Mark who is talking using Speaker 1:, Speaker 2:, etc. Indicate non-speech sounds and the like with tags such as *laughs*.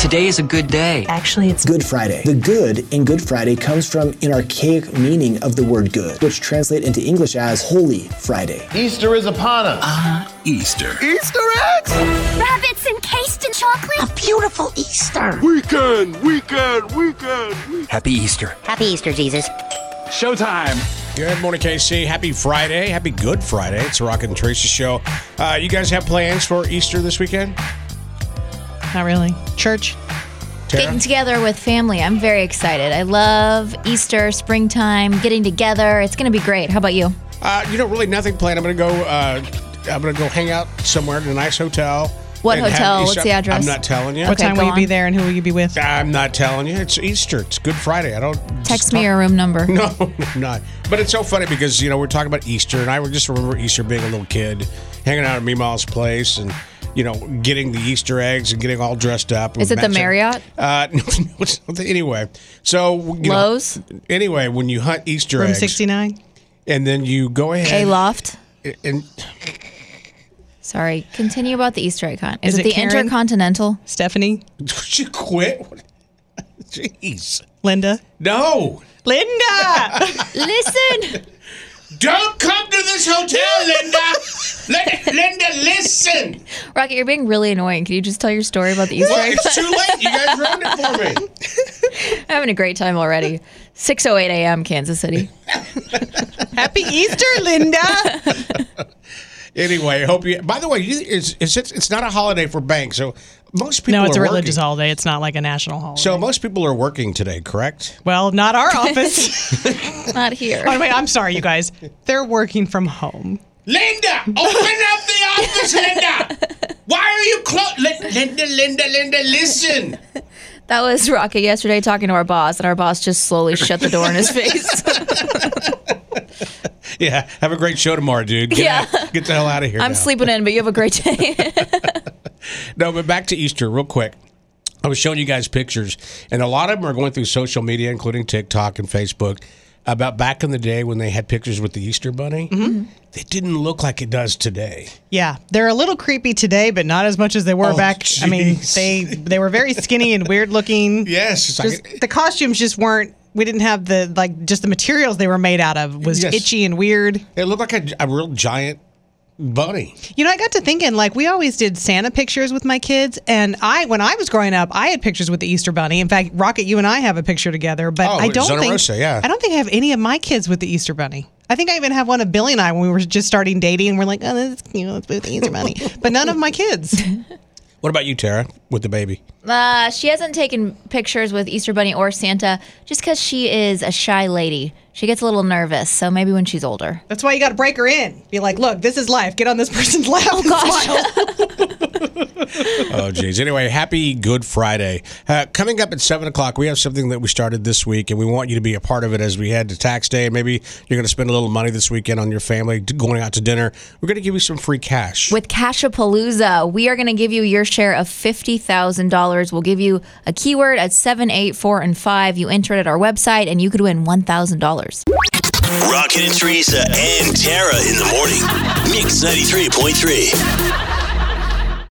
Speaker 1: Today is a good day.
Speaker 2: Actually, it's
Speaker 3: Good Friday. The good in Good Friday comes from an archaic meaning of the word good, which translate into English as Holy Friday.
Speaker 4: Easter is upon us.
Speaker 5: Easter.
Speaker 6: Easter eggs?
Speaker 7: Rabbits encased in chocolate?
Speaker 2: a beautiful Easter.
Speaker 6: Weekend, weekend, weekend.
Speaker 5: Happy Easter.
Speaker 7: Happy Easter, Jesus.
Speaker 5: Showtime.
Speaker 8: Good morning, KC. Happy Friday. Happy Good Friday. It's the Rock and Tracy show. Uh, you guys have plans for Easter this weekend?
Speaker 9: Not really. Church.
Speaker 8: Tara?
Speaker 10: Getting together with family. I'm very excited. I love Easter, springtime, getting together. It's going to be great. How about you?
Speaker 8: Uh, you know, really nothing planned. I'm gonna go. Uh, I'm gonna go hang out somewhere in a nice hotel.
Speaker 10: What
Speaker 8: and have
Speaker 10: hotel? What's
Speaker 8: Easter-
Speaker 10: the address?
Speaker 8: I'm not telling you.
Speaker 9: What
Speaker 10: Okay,
Speaker 9: time
Speaker 10: go
Speaker 9: will you be
Speaker 10: on.
Speaker 9: there and who will you be with?
Speaker 8: I'm not telling you. It's Easter. It's Good Friday. I don't
Speaker 10: Text me your room
Speaker 8: *laughs*
Speaker 10: number.
Speaker 8: No, I'm not. But it's so funny because you know we're talking about Easter, and I just remember Easter being a little kid, hanging out at Meemaw's place, and you know getting the Easter eggs and getting all dressed up.
Speaker 10: Is it the
Speaker 8: Matching-
Speaker 10: Marriott?
Speaker 8: Uh, *laughs* no, it's not the- anyway, so you know,
Speaker 10: Lowe's?
Speaker 8: anyway, when you hunt Easter
Speaker 9: Room
Speaker 8: eggs,
Speaker 9: 69?
Speaker 8: and then you go
Speaker 10: A
Speaker 8: ahead
Speaker 10: Loft?
Speaker 8: and *laughs*
Speaker 10: Sorry. Continue about the Easter egg hunt. Is,
Speaker 9: Is
Speaker 10: it,
Speaker 9: it
Speaker 10: the
Speaker 9: Karen?
Speaker 10: Intercontinental?
Speaker 9: Stephanie?
Speaker 8: would you quit? *laughs* Jeez,
Speaker 9: Linda?
Speaker 8: no!
Speaker 9: *laughs* Linda!
Speaker 10: Listen! *laughs*
Speaker 8: Don't come to this hotel, Linda. Linda, Linda, listen.
Speaker 10: Rocket, you're being really annoying. Can you just tell your story about the Easter
Speaker 8: Well,
Speaker 10: egg
Speaker 8: it's
Speaker 10: hunt?
Speaker 8: too late. You guys ruined it for me.
Speaker 10: I'm having a great time already. 6.08 a.m. Kansas City.
Speaker 9: Happy Easter, *laughs* Linda!
Speaker 8: Anyway, hope you. By the way, you, is is it? It's not a holiday for banks, so most people.
Speaker 9: no, it's a
Speaker 8: are
Speaker 9: religious
Speaker 8: working.
Speaker 9: holiday. It's not like a national holiday.
Speaker 8: So most people are working today, correct?
Speaker 9: well, not our *laughs* office.
Speaker 10: Not here.
Speaker 9: oh, wait, I'm sorry, you guys. They're working from home.
Speaker 8: Linda, open up the office, Linda. Why are you close? Linda, Linda, Linda, listen.
Speaker 10: *laughs* That was Rocket yesterday talking to our boss, and our boss just slowly shut the door in his face. *laughs*
Speaker 8: Yeah, have a great show tomorrow, dude. Get
Speaker 10: Yeah.
Speaker 8: out- get the hell out of here.
Speaker 10: I'm
Speaker 8: now.
Speaker 10: sleeping in, but you have a great day.
Speaker 8: No, but back to Easter real quick. I was showing you guys pictures, and a lot of them are going through social media, including TikTok and Facebook, about back in the day when they had pictures with the Easter bunny.
Speaker 10: Mm-hmm.
Speaker 8: They didn't look like it does today.
Speaker 9: Yeah, they're a little creepy today, but not as much as they were
Speaker 8: Oh,
Speaker 9: back. I mean,
Speaker 8: jeez.
Speaker 9: they they were very skinny and weird looking.
Speaker 8: *laughs* Yes, it's like-
Speaker 9: Just- the costumes just weren't. We didn't have the like just the materials they were made out of was
Speaker 8: Yes.
Speaker 9: itchy and weird.
Speaker 8: It looked like a, a real giant bunny.
Speaker 9: You know, I got to thinking like we always did Santa pictures with my kids, and I when I was growing up, I had pictures with the Easter Bunny. In fact, Rocket, you and I have a picture together, but
Speaker 8: Oh,
Speaker 9: I
Speaker 8: with
Speaker 9: don't
Speaker 8: Zona
Speaker 9: think
Speaker 8: Rosa, yeah.
Speaker 9: I don't think I have any of my kids with the Easter Bunny. I think I even have one of Billy and I when we were just starting dating, and we're like, oh, this is cute, let's put the Easter
Speaker 8: *laughs*
Speaker 9: Bunny, but none of my kids.
Speaker 8: What about you, Tara, with the baby?
Speaker 10: Uh, she hasn't taken pictures with Easter Bunny or Santa just because she is a shy lady. She gets a little nervous, so maybe when she's older.
Speaker 9: That's why you got to break her in. Be like, look, this is life. Get on this *laughs* person's lap. Oh, gosh.
Speaker 8: Oh, geez. Anyway, happy Good Friday. Uh, coming up at 7 o'clock, we have something that we started this week, and we want you to be a part of it as we head to tax day. Maybe you're going to spend a little money this weekend on your family, d- going out to dinner. We're going to give you some free cash.
Speaker 10: With Cashapalooza, we are going to give you your share of $50,000. We'll give you a keyword at 7, 8, 4, and 5. You enter it at our website, and you could win $1,000.
Speaker 5: Rocket and Teresa and Tara in the morning. Mix 93.3.